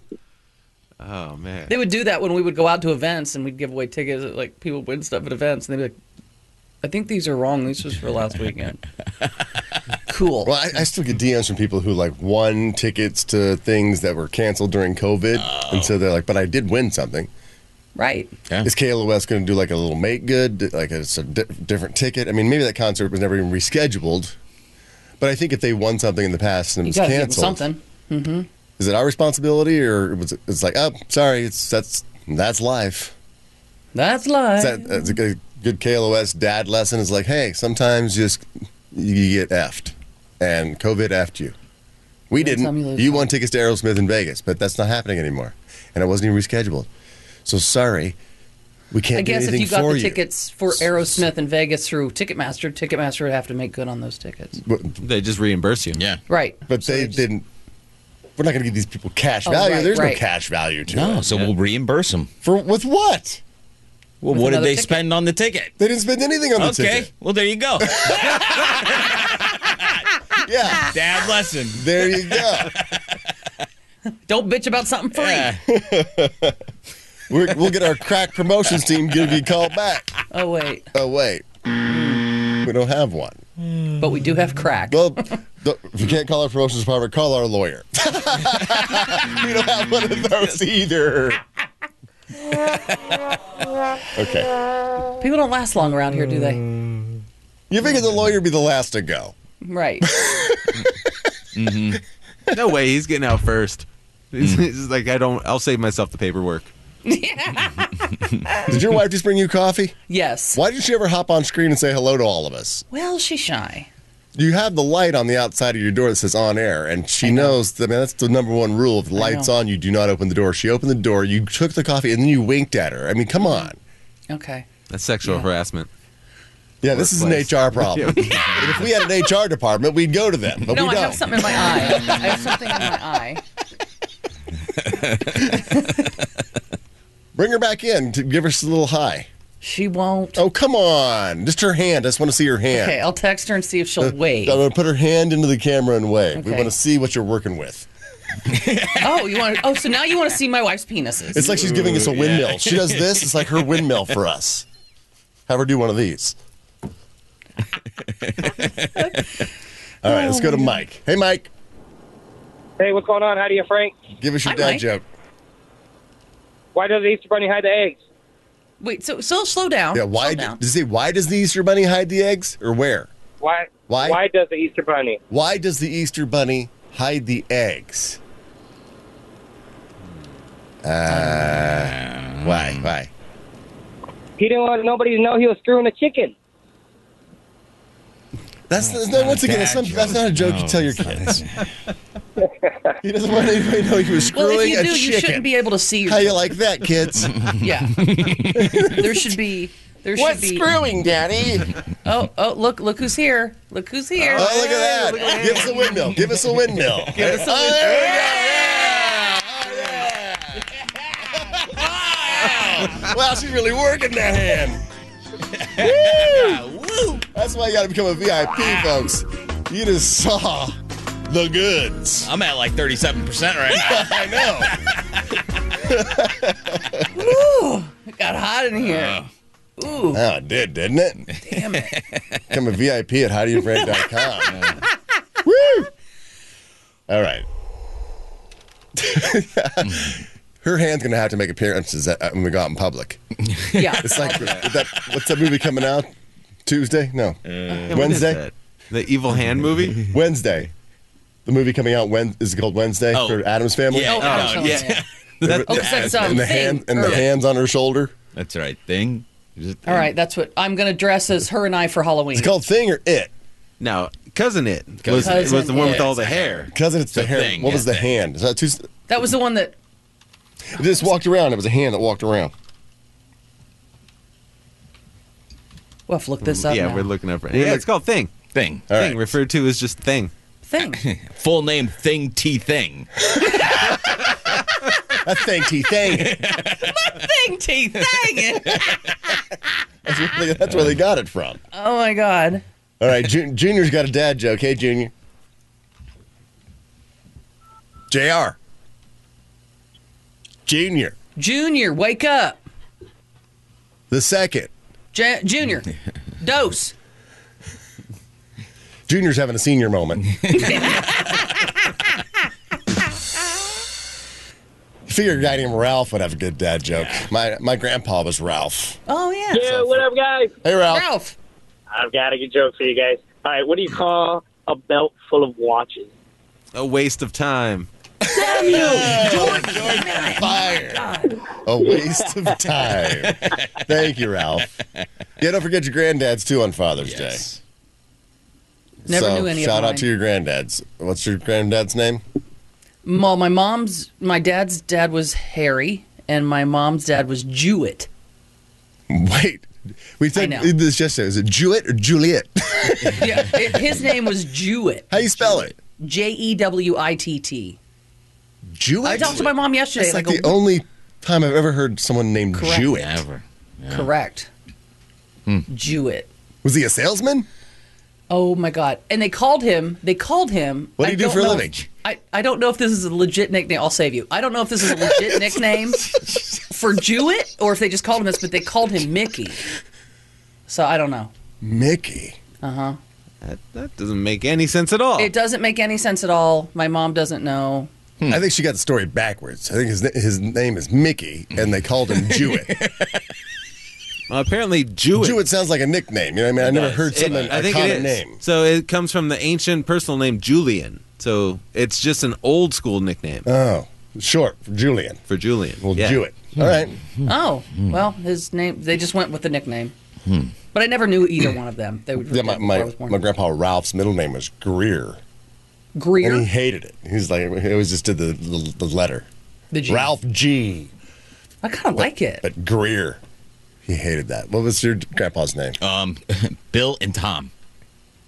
Speaker 14: Oh man.
Speaker 8: They would do that when we would go out to events and we'd give away tickets. Like people would win stuff at events, and they'd be like, "I think these are wrong. These was for last weekend." cool.
Speaker 12: Well, I, I still get DMs from people who like won tickets to things that were canceled during COVID,
Speaker 8: Oh.
Speaker 12: and so they're like, "But I did win something."
Speaker 8: Right.
Speaker 12: Is KLOS going to do like a little make good, like it's a di- different ticket? I mean, maybe that concert was never even rescheduled, but I think if they won something in the past and it
Speaker 8: You
Speaker 12: was
Speaker 8: gotta give them
Speaker 12: canceled,
Speaker 8: something. Mm-hmm.
Speaker 12: is it our responsibility or was it, it's like, oh, sorry, it's that's that's life.
Speaker 8: That's life.
Speaker 12: Is that, that's a good, good KLOS dad lesson. Is like, hey, sometimes just you get effed, and COVID effed you. We didn't. You, won tickets to Aerosmith in Vegas, but that's not happening anymore, and it wasn't even rescheduled. So sorry, we can't
Speaker 8: I
Speaker 12: do
Speaker 8: guess if
Speaker 12: anything
Speaker 8: you got
Speaker 12: for
Speaker 8: the
Speaker 12: you.
Speaker 8: tickets for Aerosmith in Vegas through Ticketmaster, Ticketmaster would have to make good on those tickets.
Speaker 14: They just reimburse you.
Speaker 13: Yeah.
Speaker 8: Right.
Speaker 12: But they didn't. We're not going to give these people cash
Speaker 8: Oh,
Speaker 12: value.
Speaker 8: right,
Speaker 12: There's
Speaker 8: right.
Speaker 12: no cash value to
Speaker 13: No,
Speaker 12: it.
Speaker 13: so we'll reimburse them.
Speaker 12: For with what?
Speaker 13: Well,
Speaker 12: With
Speaker 13: what did
Speaker 12: another
Speaker 13: they
Speaker 12: ticket.
Speaker 13: spend on the ticket?
Speaker 12: They didn't spend anything on the
Speaker 13: okay.
Speaker 12: ticket.
Speaker 13: Well, there you go.
Speaker 12: yeah.
Speaker 13: Dad lesson.
Speaker 12: There you go.
Speaker 8: Don't bitch about something free.
Speaker 12: We're, we'll get our crack promotions team give you a call back.
Speaker 8: Oh wait.
Speaker 12: Oh wait. We don't have one.
Speaker 8: But we do have crack.
Speaker 12: Well, the- if you can't call our promotions department, call our lawyer. we don't have one of those either. okay.
Speaker 8: People don't last long around here, do they?
Speaker 12: Mm. You figure the lawyer would be the last to go.
Speaker 8: Right.
Speaker 14: Mm-hmm. no way, he's getting out first. He's, he's like, I don't. I'll save myself the paperwork.
Speaker 12: Did your wife just bring you coffee?
Speaker 8: Yes.
Speaker 12: Why didn't she ever hop on screen and say hello to all of us?
Speaker 8: Well, she's shy.
Speaker 12: You have the light on the outside of your door that says on air, and she knows that man, that's the number one rule. If the light's
Speaker 8: know.
Speaker 12: on, you do not open the door. She opened the door, you took the coffee, and then you winked at her. I mean, come on.
Speaker 8: Okay.
Speaker 14: That's sexual harassment.
Speaker 12: Yeah, this is an
Speaker 14: Workplace.
Speaker 12: HR problem. And if we had an HR department, we'd go to them, but
Speaker 8: no,
Speaker 12: we
Speaker 8: I
Speaker 12: don't.
Speaker 8: have something in my eye. I have something in my eye.
Speaker 12: Bring her back in to give us a little high.
Speaker 8: She won't.
Speaker 12: Oh, come on. Just her hand. I just want to see her hand.
Speaker 8: Okay, I'll text her and see if she'll wave.
Speaker 12: I'm going to put her hand into the camera and wave. We
Speaker 8: Okay.
Speaker 12: want to see what you're working with.
Speaker 8: Oh, you want? Oh, so now you want to see my wife's penises?
Speaker 12: It's like she's giving us a
Speaker 14: Ooh,
Speaker 12: windmill.
Speaker 14: yeah.
Speaker 12: She does this, it's like her windmill for us. Have her do one of these. All right, let's go
Speaker 19: Oh,
Speaker 12: to Mike. Hey, Mike,
Speaker 19: Hey, what's going on? How do you, Frank?
Speaker 12: give us your
Speaker 19: Hi,
Speaker 12: dad
Speaker 19: Mike.
Speaker 12: joke.
Speaker 19: Why does the Easter Bunny hide the eggs?
Speaker 8: Wait, so so slow down.
Speaker 19: Oh,
Speaker 12: Yeah, why does it? Why does the Easter Bunny hide the eggs, or where?
Speaker 19: Why?
Speaker 12: Why?
Speaker 19: Why does the Easter Bunny?
Speaker 12: Why does the Easter Bunny hide the eggs? Uh, why? Why?
Speaker 19: He didn't want nobody to know he was screwing a chicken.
Speaker 12: That's, that's Oh, not, once again, that's not, that's not a joke you tell your kids. he doesn't want anybody to know he was
Speaker 8: Well,
Speaker 12: screwing
Speaker 8: if you
Speaker 12: a
Speaker 8: do, you
Speaker 12: chicken.
Speaker 8: shouldn't be able to see. Your
Speaker 12: How you like that, kids?
Speaker 8: Yeah. there should be. There
Speaker 12: What's
Speaker 8: should be.
Speaker 12: screwing, Daddy?
Speaker 8: oh, oh, look, look who's here! Look who's here!
Speaker 12: Oh, look at that. Give us a windmill. Give us a windmill.
Speaker 8: Give us a
Speaker 12: Oh, there we go. Yeah. Wow, she's really working that hand. Woo! That's why you gotta become a VIP, folks. You just saw the goods.
Speaker 13: I'm at like 37% right now.
Speaker 12: I know.
Speaker 8: Ooh, it got hot in here. Ooh,
Speaker 12: Oh, it did, didn't it?
Speaker 8: damn it!
Speaker 12: Become a VIP at howdoyoufriend.com. Woo! All right. Her hand's gonna have to make appearances at, when we go out in public.
Speaker 8: Yeah,
Speaker 12: It's like that. What's that movie coming out? Tuesday? No.
Speaker 14: Yeah, Uh, what is
Speaker 12: Wednesday.
Speaker 14: that? The Evil Hand movie.
Speaker 12: Wednesday. The movie coming out when is it called Wednesday
Speaker 14: Oh.
Speaker 12: for Adam's family.
Speaker 13: Yeah,
Speaker 14: Oh,
Speaker 13: no,
Speaker 14: yeah. That-
Speaker 8: Oh, 'cause that's, um,
Speaker 12: and the
Speaker 8: thing.
Speaker 12: hand and the
Speaker 8: Right.
Speaker 12: hands on her shoulder.
Speaker 13: That's right. Thing.
Speaker 8: All right, that's what I'm gonna dress as her and I for Halloween.
Speaker 12: It's called Thing or It.
Speaker 14: No, cousin it was,
Speaker 8: Cousin
Speaker 14: was the one with
Speaker 8: It.
Speaker 14: all the hair.
Speaker 12: Cousin, it's the
Speaker 14: The
Speaker 12: hair.
Speaker 14: Thing,
Speaker 12: what
Speaker 14: yeah,
Speaker 12: was the
Speaker 14: Thing.
Speaker 12: hand? Is that two? It
Speaker 8: That was the one that.
Speaker 12: just walked around. It was a hand that walked around.
Speaker 8: We'll have to look this up.
Speaker 14: yeah,
Speaker 8: now.
Speaker 14: we're looking up right.
Speaker 12: We're
Speaker 14: Yeah,
Speaker 12: look-
Speaker 14: it's called thing.
Speaker 13: Thing.
Speaker 12: All
Speaker 14: thing
Speaker 12: right.
Speaker 14: referred to as just thing.
Speaker 8: thing.
Speaker 13: Full name Thing T Thing.
Speaker 12: A thing, T thing.
Speaker 8: thing teeth. Dang it!
Speaker 12: That's where, they, that's where they got it from.
Speaker 8: Oh my god.
Speaker 12: All right, Jun- Junior's got a dad joke. Hey, Junior. Jr. Junior,
Speaker 8: Junior, wake up.
Speaker 12: the second.
Speaker 8: J- Junior, dose.
Speaker 12: Junior's having a senior moment. Figure guy named Ralph would have a good dad joke. My my grandpa was Ralph.
Speaker 8: Oh yeah.
Speaker 19: Yeah, what up, guys?
Speaker 12: Hey Ralph.
Speaker 8: Ralph.
Speaker 19: I've got a good joke for you guys. All right, what do you call a belt full of watches?
Speaker 14: A waste of time.
Speaker 12: Fire. A waste of time. Thank you, Ralph. Yeah, don't forget your granddads too on Father's Day.
Speaker 8: Never
Speaker 12: so
Speaker 8: knew any of
Speaker 12: shout out
Speaker 8: mine.
Speaker 12: to your granddads. What's your granddad's name?
Speaker 8: Well, my mom's, my dad's dad was Harry, and my mom's dad was Jewett.
Speaker 12: Wait. We said
Speaker 8: know.
Speaker 12: this yesterday. Is it Jewett or Juliet?
Speaker 8: Yeah, it- his name was Jewett.
Speaker 12: How you spell it?
Speaker 8: J e w i t t.
Speaker 12: Jewett?
Speaker 8: I talked to my mom yesterday.
Speaker 12: That's like,
Speaker 8: like
Speaker 12: the
Speaker 8: a-
Speaker 12: only time I've ever heard someone named
Speaker 8: Correct.
Speaker 12: Jewett.
Speaker 13: Ever.
Speaker 8: correct.
Speaker 12: Hmm.
Speaker 8: Jewett.
Speaker 12: Was he a salesman?
Speaker 8: Oh my god! And they called him. They called him.
Speaker 12: What do
Speaker 8: I
Speaker 12: you do
Speaker 8: don't
Speaker 12: for a
Speaker 8: know-
Speaker 12: living?
Speaker 8: I, I don't know if this is a legit nickname. I'll save you. I don't know if this is a legit nickname for Jewett or if they just called him this, but they called him Mickey. So I don't know.
Speaker 16: Mickey.
Speaker 8: Uh huh.
Speaker 13: That, that doesn't make any sense at
Speaker 16: Oh.
Speaker 13: all.
Speaker 8: It doesn't make any sense at all. My mom doesn't know.
Speaker 13: Hmm.
Speaker 16: I think she got the story backwards. I think his, na- his name is Mickey, and they called him Jewett.
Speaker 13: Well, apparently, Jewett.
Speaker 16: Jewett sounds like a nickname. You know what I mean? I never heard something,
Speaker 13: I
Speaker 16: a
Speaker 13: think it
Speaker 16: common
Speaker 13: is.
Speaker 16: name.
Speaker 13: So it comes from the ancient personal name Julian. So it's just an old school nickname
Speaker 16: Oh, short for Julian.
Speaker 13: for Julian.
Speaker 16: Well, Jewett.
Speaker 13: Hmm.
Speaker 16: All right.
Speaker 8: Oh,
Speaker 16: Hmm.
Speaker 8: well, his name, they just went with the nickname. But I never knew either one of them. They would
Speaker 16: Yeah, my,
Speaker 8: I
Speaker 16: my,
Speaker 8: was born.
Speaker 16: my grandpa Ralph's middle name was Greer.
Speaker 8: Greer?
Speaker 16: And he hated it. He's like, he always just did the, the, the letter.
Speaker 8: The G.
Speaker 16: Ralph G.
Speaker 8: I kind of like it.
Speaker 16: But Greer. He hated that. What was your grandpa's name?
Speaker 20: Um, Bill and Tom.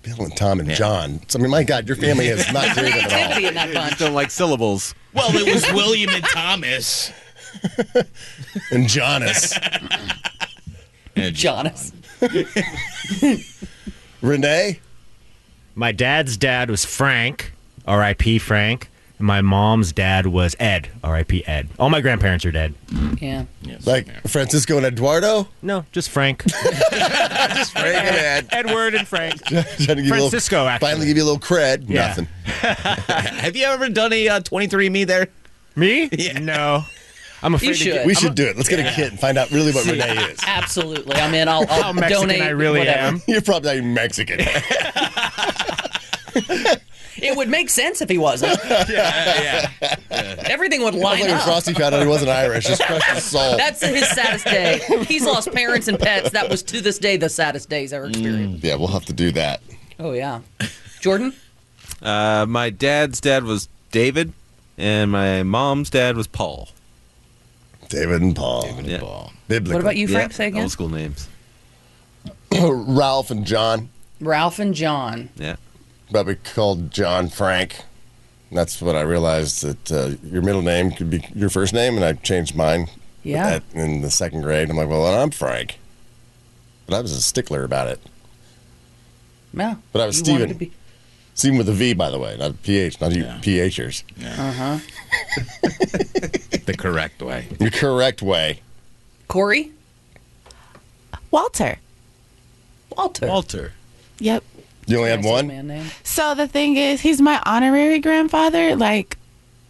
Speaker 16: Bill and Tom and John. So, I mean, my God, your family is not doing it at all.
Speaker 8: in that bunch.
Speaker 13: don't like syllables.
Speaker 20: Well, it was William and Thomas.
Speaker 16: And Jonas.
Speaker 8: Jonas.
Speaker 16: Renee?
Speaker 21: My dad's dad was Frank, R.I.P. Frank. And my mom's dad was Ed, R.I.P. Ed. All my grandparents are dead.
Speaker 8: Yeah.
Speaker 16: Like Francisco and Eduardo?
Speaker 21: No, just Frank.
Speaker 16: Just Frank and Ed.
Speaker 21: Edward and Frank.
Speaker 16: Trying to give you a little-
Speaker 21: Francisco, actually.
Speaker 16: finally give you a little cred.
Speaker 21: Yeah.
Speaker 16: Nothing.
Speaker 20: Have you ever done a uh, 23andMe there?
Speaker 21: Me? No. I'm afraid to get-
Speaker 16: We
Speaker 21: I'm
Speaker 16: should
Speaker 21: a-
Speaker 16: do it. Let's get a kit and find out really what
Speaker 21: See.
Speaker 16: Renee is.
Speaker 8: Absolutely. I mean, I'll, I'll
Speaker 21: How Mexican
Speaker 8: donate.
Speaker 21: I really
Speaker 8: whatever.
Speaker 21: am.
Speaker 16: You're probably not even Mexican.
Speaker 8: It would make sense if he wasn't.
Speaker 20: yeah,
Speaker 8: Everything would line
Speaker 16: Like when
Speaker 8: up.
Speaker 16: Frosty found out he wasn't Irish, just crushed his soul.
Speaker 8: That's his saddest day. He's lost parents and pets. That was to this day the saddest days
Speaker 16: Mm.
Speaker 8: ever experienced.
Speaker 16: yeah, we'll have to do that.
Speaker 8: Oh yeah, Jordan.
Speaker 13: Uh, my dad's dad was David, and my mom's dad was Paul.
Speaker 16: David and Paul.
Speaker 20: David
Speaker 13: Yeah.
Speaker 20: and Paul.
Speaker 16: Biblical.
Speaker 8: What about you, Frank?
Speaker 13: Yeah,
Speaker 8: Say again.
Speaker 13: Old school names.
Speaker 16: Ralph and John?
Speaker 8: Ralph and John.
Speaker 13: Yeah.
Speaker 16: Probably called John Frank. That's what I realized that uh, your middle name could be your first name, and I changed mine. with
Speaker 8: Yeah.
Speaker 16: that in the second grade, I'm like, well, I'm Frank. But I was a stickler about it.
Speaker 8: Yeah.
Speaker 16: But I was
Speaker 8: You wanted
Speaker 16: Steven.
Speaker 8: to be-
Speaker 16: Steven with a V, by the way, not a PH, not you PHers.
Speaker 8: Uh-huh.
Speaker 20: The correct way.
Speaker 16: The correct way.
Speaker 8: Corey.
Speaker 12: Walter.
Speaker 8: Walter.
Speaker 13: Walter.
Speaker 12: Yep.
Speaker 16: You only had
Speaker 8: Nice little
Speaker 16: one?
Speaker 8: man name.
Speaker 12: So the thing is, he's my honorary grandfather. Like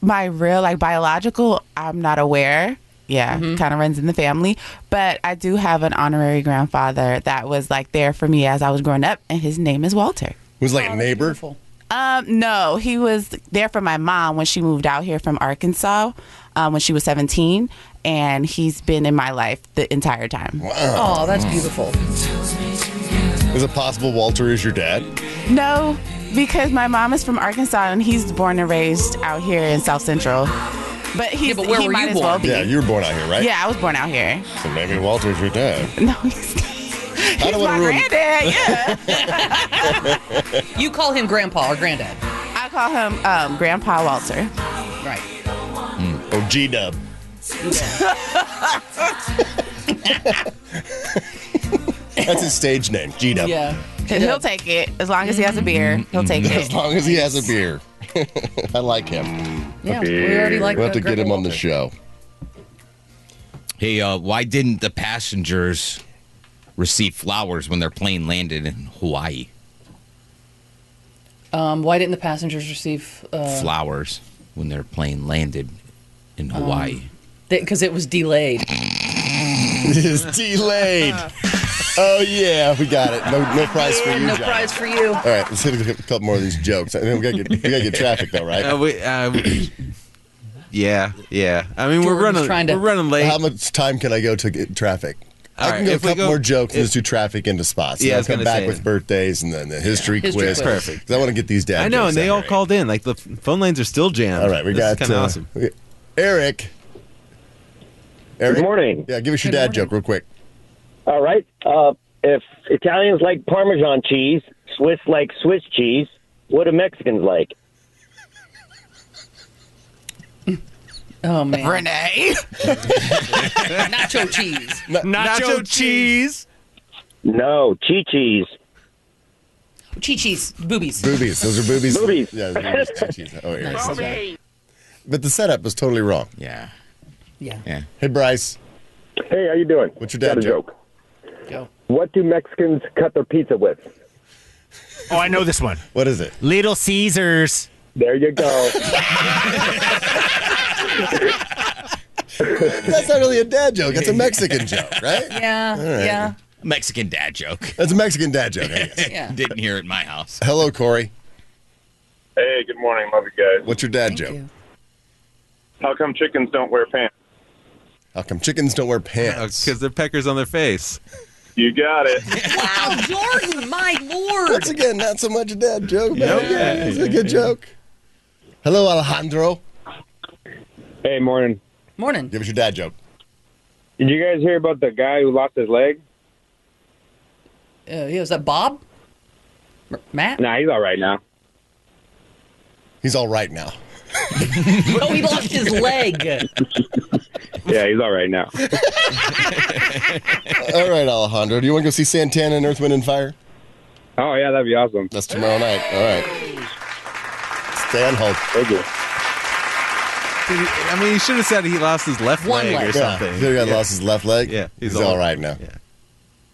Speaker 12: my real, like biological, I'm not aware. Yeah, kind of runs in the family. But I do have an honorary grandfather that was like there for me as I was growing up, and his name is Walter.
Speaker 16: was like a neighbor.
Speaker 8: Oh, Beautiful.
Speaker 12: Um, no, he was there for my mom when she moved out here from Arkansas um, when she was 17, and he's been in my life the entire time.
Speaker 8: Oh,
Speaker 16: Mm.
Speaker 8: that's beautiful.
Speaker 16: Is it possible Walter is your dad?
Speaker 12: No, because my mom is from Arkansas and he's born and raised out here in South Central. But he's,
Speaker 8: Yeah, but where
Speaker 12: he
Speaker 8: were
Speaker 12: might
Speaker 8: you
Speaker 12: as
Speaker 8: born?
Speaker 12: well be.
Speaker 16: Yeah, you were born out here, right?
Speaker 12: Yeah, I was born out here.
Speaker 16: So maybe Walter's your dad.
Speaker 12: No, he's, he's
Speaker 16: don't wanna
Speaker 12: my
Speaker 16: ruin-
Speaker 12: granddad. Yeah,
Speaker 8: You call him grandpa or granddad,
Speaker 12: I call him um, Grandpa Walter.
Speaker 8: right?
Speaker 16: Oh, G Dub. That's his stage name, G Dub.
Speaker 8: Yeah.
Speaker 12: He'll take it as long as he has a beer.
Speaker 16: Mm-hmm.
Speaker 12: He'll take
Speaker 16: As
Speaker 12: it.
Speaker 16: long as he has a beer. I like him.
Speaker 8: Yeah. We already like.
Speaker 16: We'll have
Speaker 8: uh,
Speaker 16: to get him
Speaker 8: Grandpa
Speaker 16: on the
Speaker 8: Walter.
Speaker 16: show.
Speaker 20: Hey, uh, why didn't the passengers receive flowers when their plane landed in Hawaii?
Speaker 8: Um, why didn't the passengers receive? Uh,
Speaker 20: flowers when their plane landed in
Speaker 8: Um,
Speaker 20: Hawaii.
Speaker 8: because it was delayed.
Speaker 16: It is delayed. Oh yeah, we got it. No, no prize for Uh, you,
Speaker 8: no
Speaker 16: John.
Speaker 8: prize for you.
Speaker 16: All right, let's hit a couple more of these jokes. I mean, we gotta get, we gotta get traffic though, right?
Speaker 13: Uh, we, uh, we- yeah, yeah. I mean, we're running.
Speaker 8: Jordan's trying to-
Speaker 13: we're running late.
Speaker 16: How much time can I go to get traffic?
Speaker 13: All
Speaker 16: I
Speaker 13: right,
Speaker 16: can go a
Speaker 13: if we
Speaker 16: couple
Speaker 13: go-
Speaker 16: more jokes and
Speaker 13: if-
Speaker 16: just do traffic into spots.
Speaker 13: Yeah, I
Speaker 16: Yeah, I'll
Speaker 13: was
Speaker 16: come
Speaker 13: gonna
Speaker 16: back
Speaker 13: say
Speaker 16: with
Speaker 13: that.
Speaker 16: birthdays and then the history
Speaker 8: History quiz.
Speaker 16: quiz.
Speaker 13: Perfect.
Speaker 16: 'Cause I want to get these down.
Speaker 13: I know, and they all called in. Like the f- phone lines are still jammed.
Speaker 16: All right, we
Speaker 13: This is
Speaker 16: got
Speaker 13: kinda
Speaker 16: uh,
Speaker 13: awesome.
Speaker 16: we- Eric. Eric.
Speaker 14: Good morning.
Speaker 16: Yeah, give us your dad joke real quick.
Speaker 14: All right. Uh, if Italians like Parmesan cheese, Swiss like Swiss cheese, what do Mexicans like?
Speaker 8: Oh man,
Speaker 12: Renee.
Speaker 8: nacho cheese.
Speaker 21: Nacho, cheese.
Speaker 14: No, chi cheese.
Speaker 8: Chi cheese, boobies.
Speaker 16: Boobies. Those are boobies.
Speaker 14: Boobies.
Speaker 16: Yeah, those are boobies. oh, Eric. said that. But the setup was totally wrong.
Speaker 20: Yeah.
Speaker 8: Yeah.
Speaker 20: Yeah.
Speaker 16: Hey, Bryce.
Speaker 14: Hey, how you doing?
Speaker 16: What's your
Speaker 14: Got
Speaker 16: dad
Speaker 14: a
Speaker 16: joke?
Speaker 14: joke?
Speaker 8: Go.
Speaker 14: What do Mexicans cut their pizza with?
Speaker 22: Oh, I know this one.
Speaker 16: What is it?
Speaker 22: Little Caesars.
Speaker 14: There you go.
Speaker 16: That's not really a dad joke. It's a Mexican joke, right?
Speaker 8: Yeah.
Speaker 16: All right.
Speaker 8: Yeah.
Speaker 23: Mexican dad joke.
Speaker 16: That's a Mexican dad joke. I guess.
Speaker 8: Yeah.
Speaker 23: Didn't hear it in my house.
Speaker 16: Hello, Corey.
Speaker 24: Hey, good morning. Love you guys.
Speaker 16: What's your dad joke?
Speaker 24: How come chickens don't wear pants?
Speaker 16: How come chickens don't wear pants?
Speaker 13: Because they're peckers on their face.
Speaker 24: You got it.
Speaker 8: Wow, Jordan, my lord.
Speaker 16: Once again, not so much a dad joke, but
Speaker 13: Nope.
Speaker 16: yeah, it's a good joke. Hello, Alejandro.
Speaker 14: Hey, morning.
Speaker 8: Morning.
Speaker 16: Give us your dad joke.
Speaker 14: Did you guys hear about the guy who lost his leg?
Speaker 8: Uh, yeah, was that Bob? M- Matt?
Speaker 14: Nah, he's all right now.
Speaker 16: He's all right now.
Speaker 8: Oh, he lost his leg.
Speaker 14: Yeah, he's all right now.
Speaker 16: all right, Alejandro. Do you want to go see Santana and Earth, Wind, and Fire?
Speaker 14: Oh yeah, that'd be awesome.
Speaker 16: That's tomorrow night. All right. Stay on hold.
Speaker 14: Thank you.
Speaker 13: I mean, he should have said he lost his left
Speaker 8: One
Speaker 13: leg,
Speaker 8: leg.
Speaker 13: or
Speaker 16: Yeah,
Speaker 13: something.
Speaker 16: he got lost his left leg.
Speaker 13: Yeah,
Speaker 16: he's,
Speaker 13: he's
Speaker 16: all
Speaker 13: all-
Speaker 16: right now.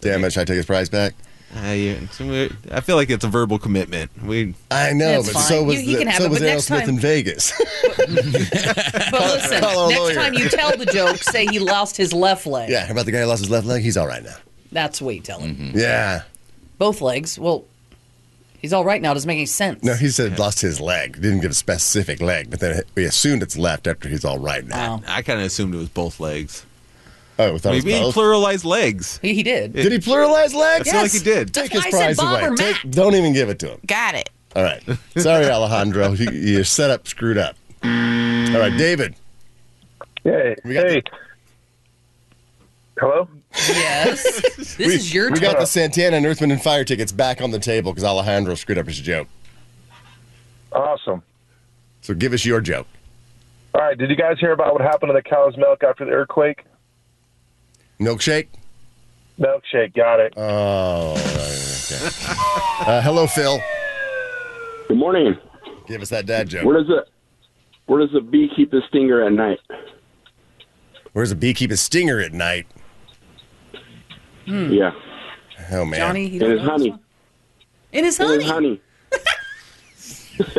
Speaker 16: Damn it! Should I take his prize back?
Speaker 13: Uh, yeah, so uh, we- I feel like it's a verbal commitment. We
Speaker 16: I know,
Speaker 8: That's
Speaker 16: but
Speaker 8: fine.
Speaker 16: so was
Speaker 8: You- you
Speaker 16: the-
Speaker 8: can have
Speaker 16: so
Speaker 8: it,
Speaker 16: was
Speaker 8: but next
Speaker 16: Aerosmith
Speaker 8: time-
Speaker 16: in Vegas.
Speaker 8: But listen,
Speaker 16: Call a
Speaker 8: next
Speaker 16: lawyer.
Speaker 8: time you tell the joke, say he lost his left leg.
Speaker 16: yeah, Mm-hmm. about the guy who lost his left leg. He's all right now.
Speaker 8: That's what you tell him.
Speaker 13: Mm.
Speaker 16: Yeah.
Speaker 8: Both legs. Well, he's all right now. Doesn't make any sense.
Speaker 16: No, he said lost his leg. Didn't give a specific leg, but then we assumed it's left after he's all right now.
Speaker 8: Wow.
Speaker 13: I kind of assumed it was both legs.
Speaker 16: Oh, we thought
Speaker 13: Maybe
Speaker 16: it
Speaker 13: he
Speaker 16: was both.
Speaker 13: pluralized legs.
Speaker 8: He, he did.
Speaker 16: Did he pluralize
Speaker 13: I
Speaker 16: legs?
Speaker 13: feel like he did.
Speaker 8: That's
Speaker 16: Take his
Speaker 8: why I said
Speaker 16: prize
Speaker 8: Bob
Speaker 16: away.
Speaker 8: or
Speaker 16: Take, don't even give it to him.
Speaker 25: Got it.
Speaker 16: All right. Sorry, Alejandro. you, your setup screwed up. All right, David.
Speaker 12: Hey,
Speaker 16: We got
Speaker 12: hey. Hello?
Speaker 8: Yes. this
Speaker 16: we,
Speaker 8: is your
Speaker 16: we
Speaker 8: turn.
Speaker 16: got the Santana and Earthman and Fire tickets back on the table because Alejandro screwed up his joke.
Speaker 12: Awesome.
Speaker 16: So give us your joke.
Speaker 12: All right, did you guys hear about what happened to the cow's milk after the earthquake?
Speaker 16: Milkshake.
Speaker 12: Milkshake, got it.
Speaker 16: Oh. all right, okay. uh, hello, Phil.
Speaker 4: Good morning.
Speaker 16: Give us that dad joke.
Speaker 4: Where does the where does the bee keep his stinger at night?
Speaker 16: Where's a beekeeper stinger at night?
Speaker 4: Hmm. Yeah,
Speaker 16: Oh man.
Speaker 8: Johnny, he
Speaker 4: in
Speaker 8: don't
Speaker 4: his
Speaker 8: know this
Speaker 4: honey.
Speaker 8: one. In his
Speaker 4: In
Speaker 8: honey.
Speaker 4: his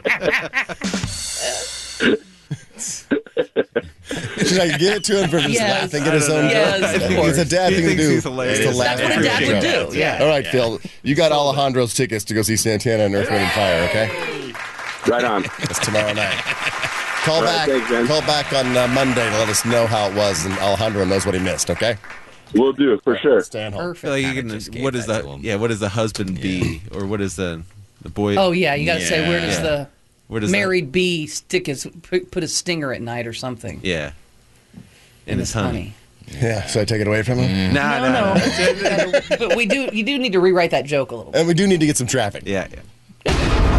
Speaker 4: honey.
Speaker 16: Should I give it to him for just
Speaker 8: Yes.
Speaker 16: laughing at his own
Speaker 8: Yes,
Speaker 16: joke?
Speaker 8: of
Speaker 16: I think it's a dad
Speaker 13: He
Speaker 16: thing to
Speaker 13: thinks
Speaker 16: do.
Speaker 13: he's hilarious.
Speaker 16: It's to laugh
Speaker 8: That's what
Speaker 16: at
Speaker 8: a
Speaker 16: your
Speaker 8: dad would
Speaker 16: joke.
Speaker 8: do. Yeah.
Speaker 16: All right, Phil. You got Alejandro's tickets to go see Santana and Earth, Wind, and Fire, okay?
Speaker 4: Right on.
Speaker 16: That's tomorrow night. Call
Speaker 4: All right,
Speaker 16: back.
Speaker 4: thanks, man.
Speaker 16: call back on uh, Monday to let us know how it was, and Alejandro knows what he missed. Okay.
Speaker 4: We'll do it for sure.
Speaker 16: Stay on hold.
Speaker 13: I feel
Speaker 8: Perfect.
Speaker 13: like you
Speaker 23: Kinda
Speaker 13: can-
Speaker 23: just gave
Speaker 13: what is
Speaker 23: that
Speaker 13: that?
Speaker 23: to him.
Speaker 13: Yeah, what is the husband bee, or what is the the boy?
Speaker 8: Oh yeah, you gotta say where
Speaker 23: Yeah.
Speaker 8: does the
Speaker 13: where does that-
Speaker 8: married bee stick his put put a stinger at night or something?
Speaker 13: yeah, and his honey.
Speaker 16: Yeah. So I take it away from him.
Speaker 13: Nah,
Speaker 8: Mm. No, no. but we do you do need to rewrite that joke a little. bit.
Speaker 16: And we do need to get some traffic.
Speaker 13: Yeah, yeah.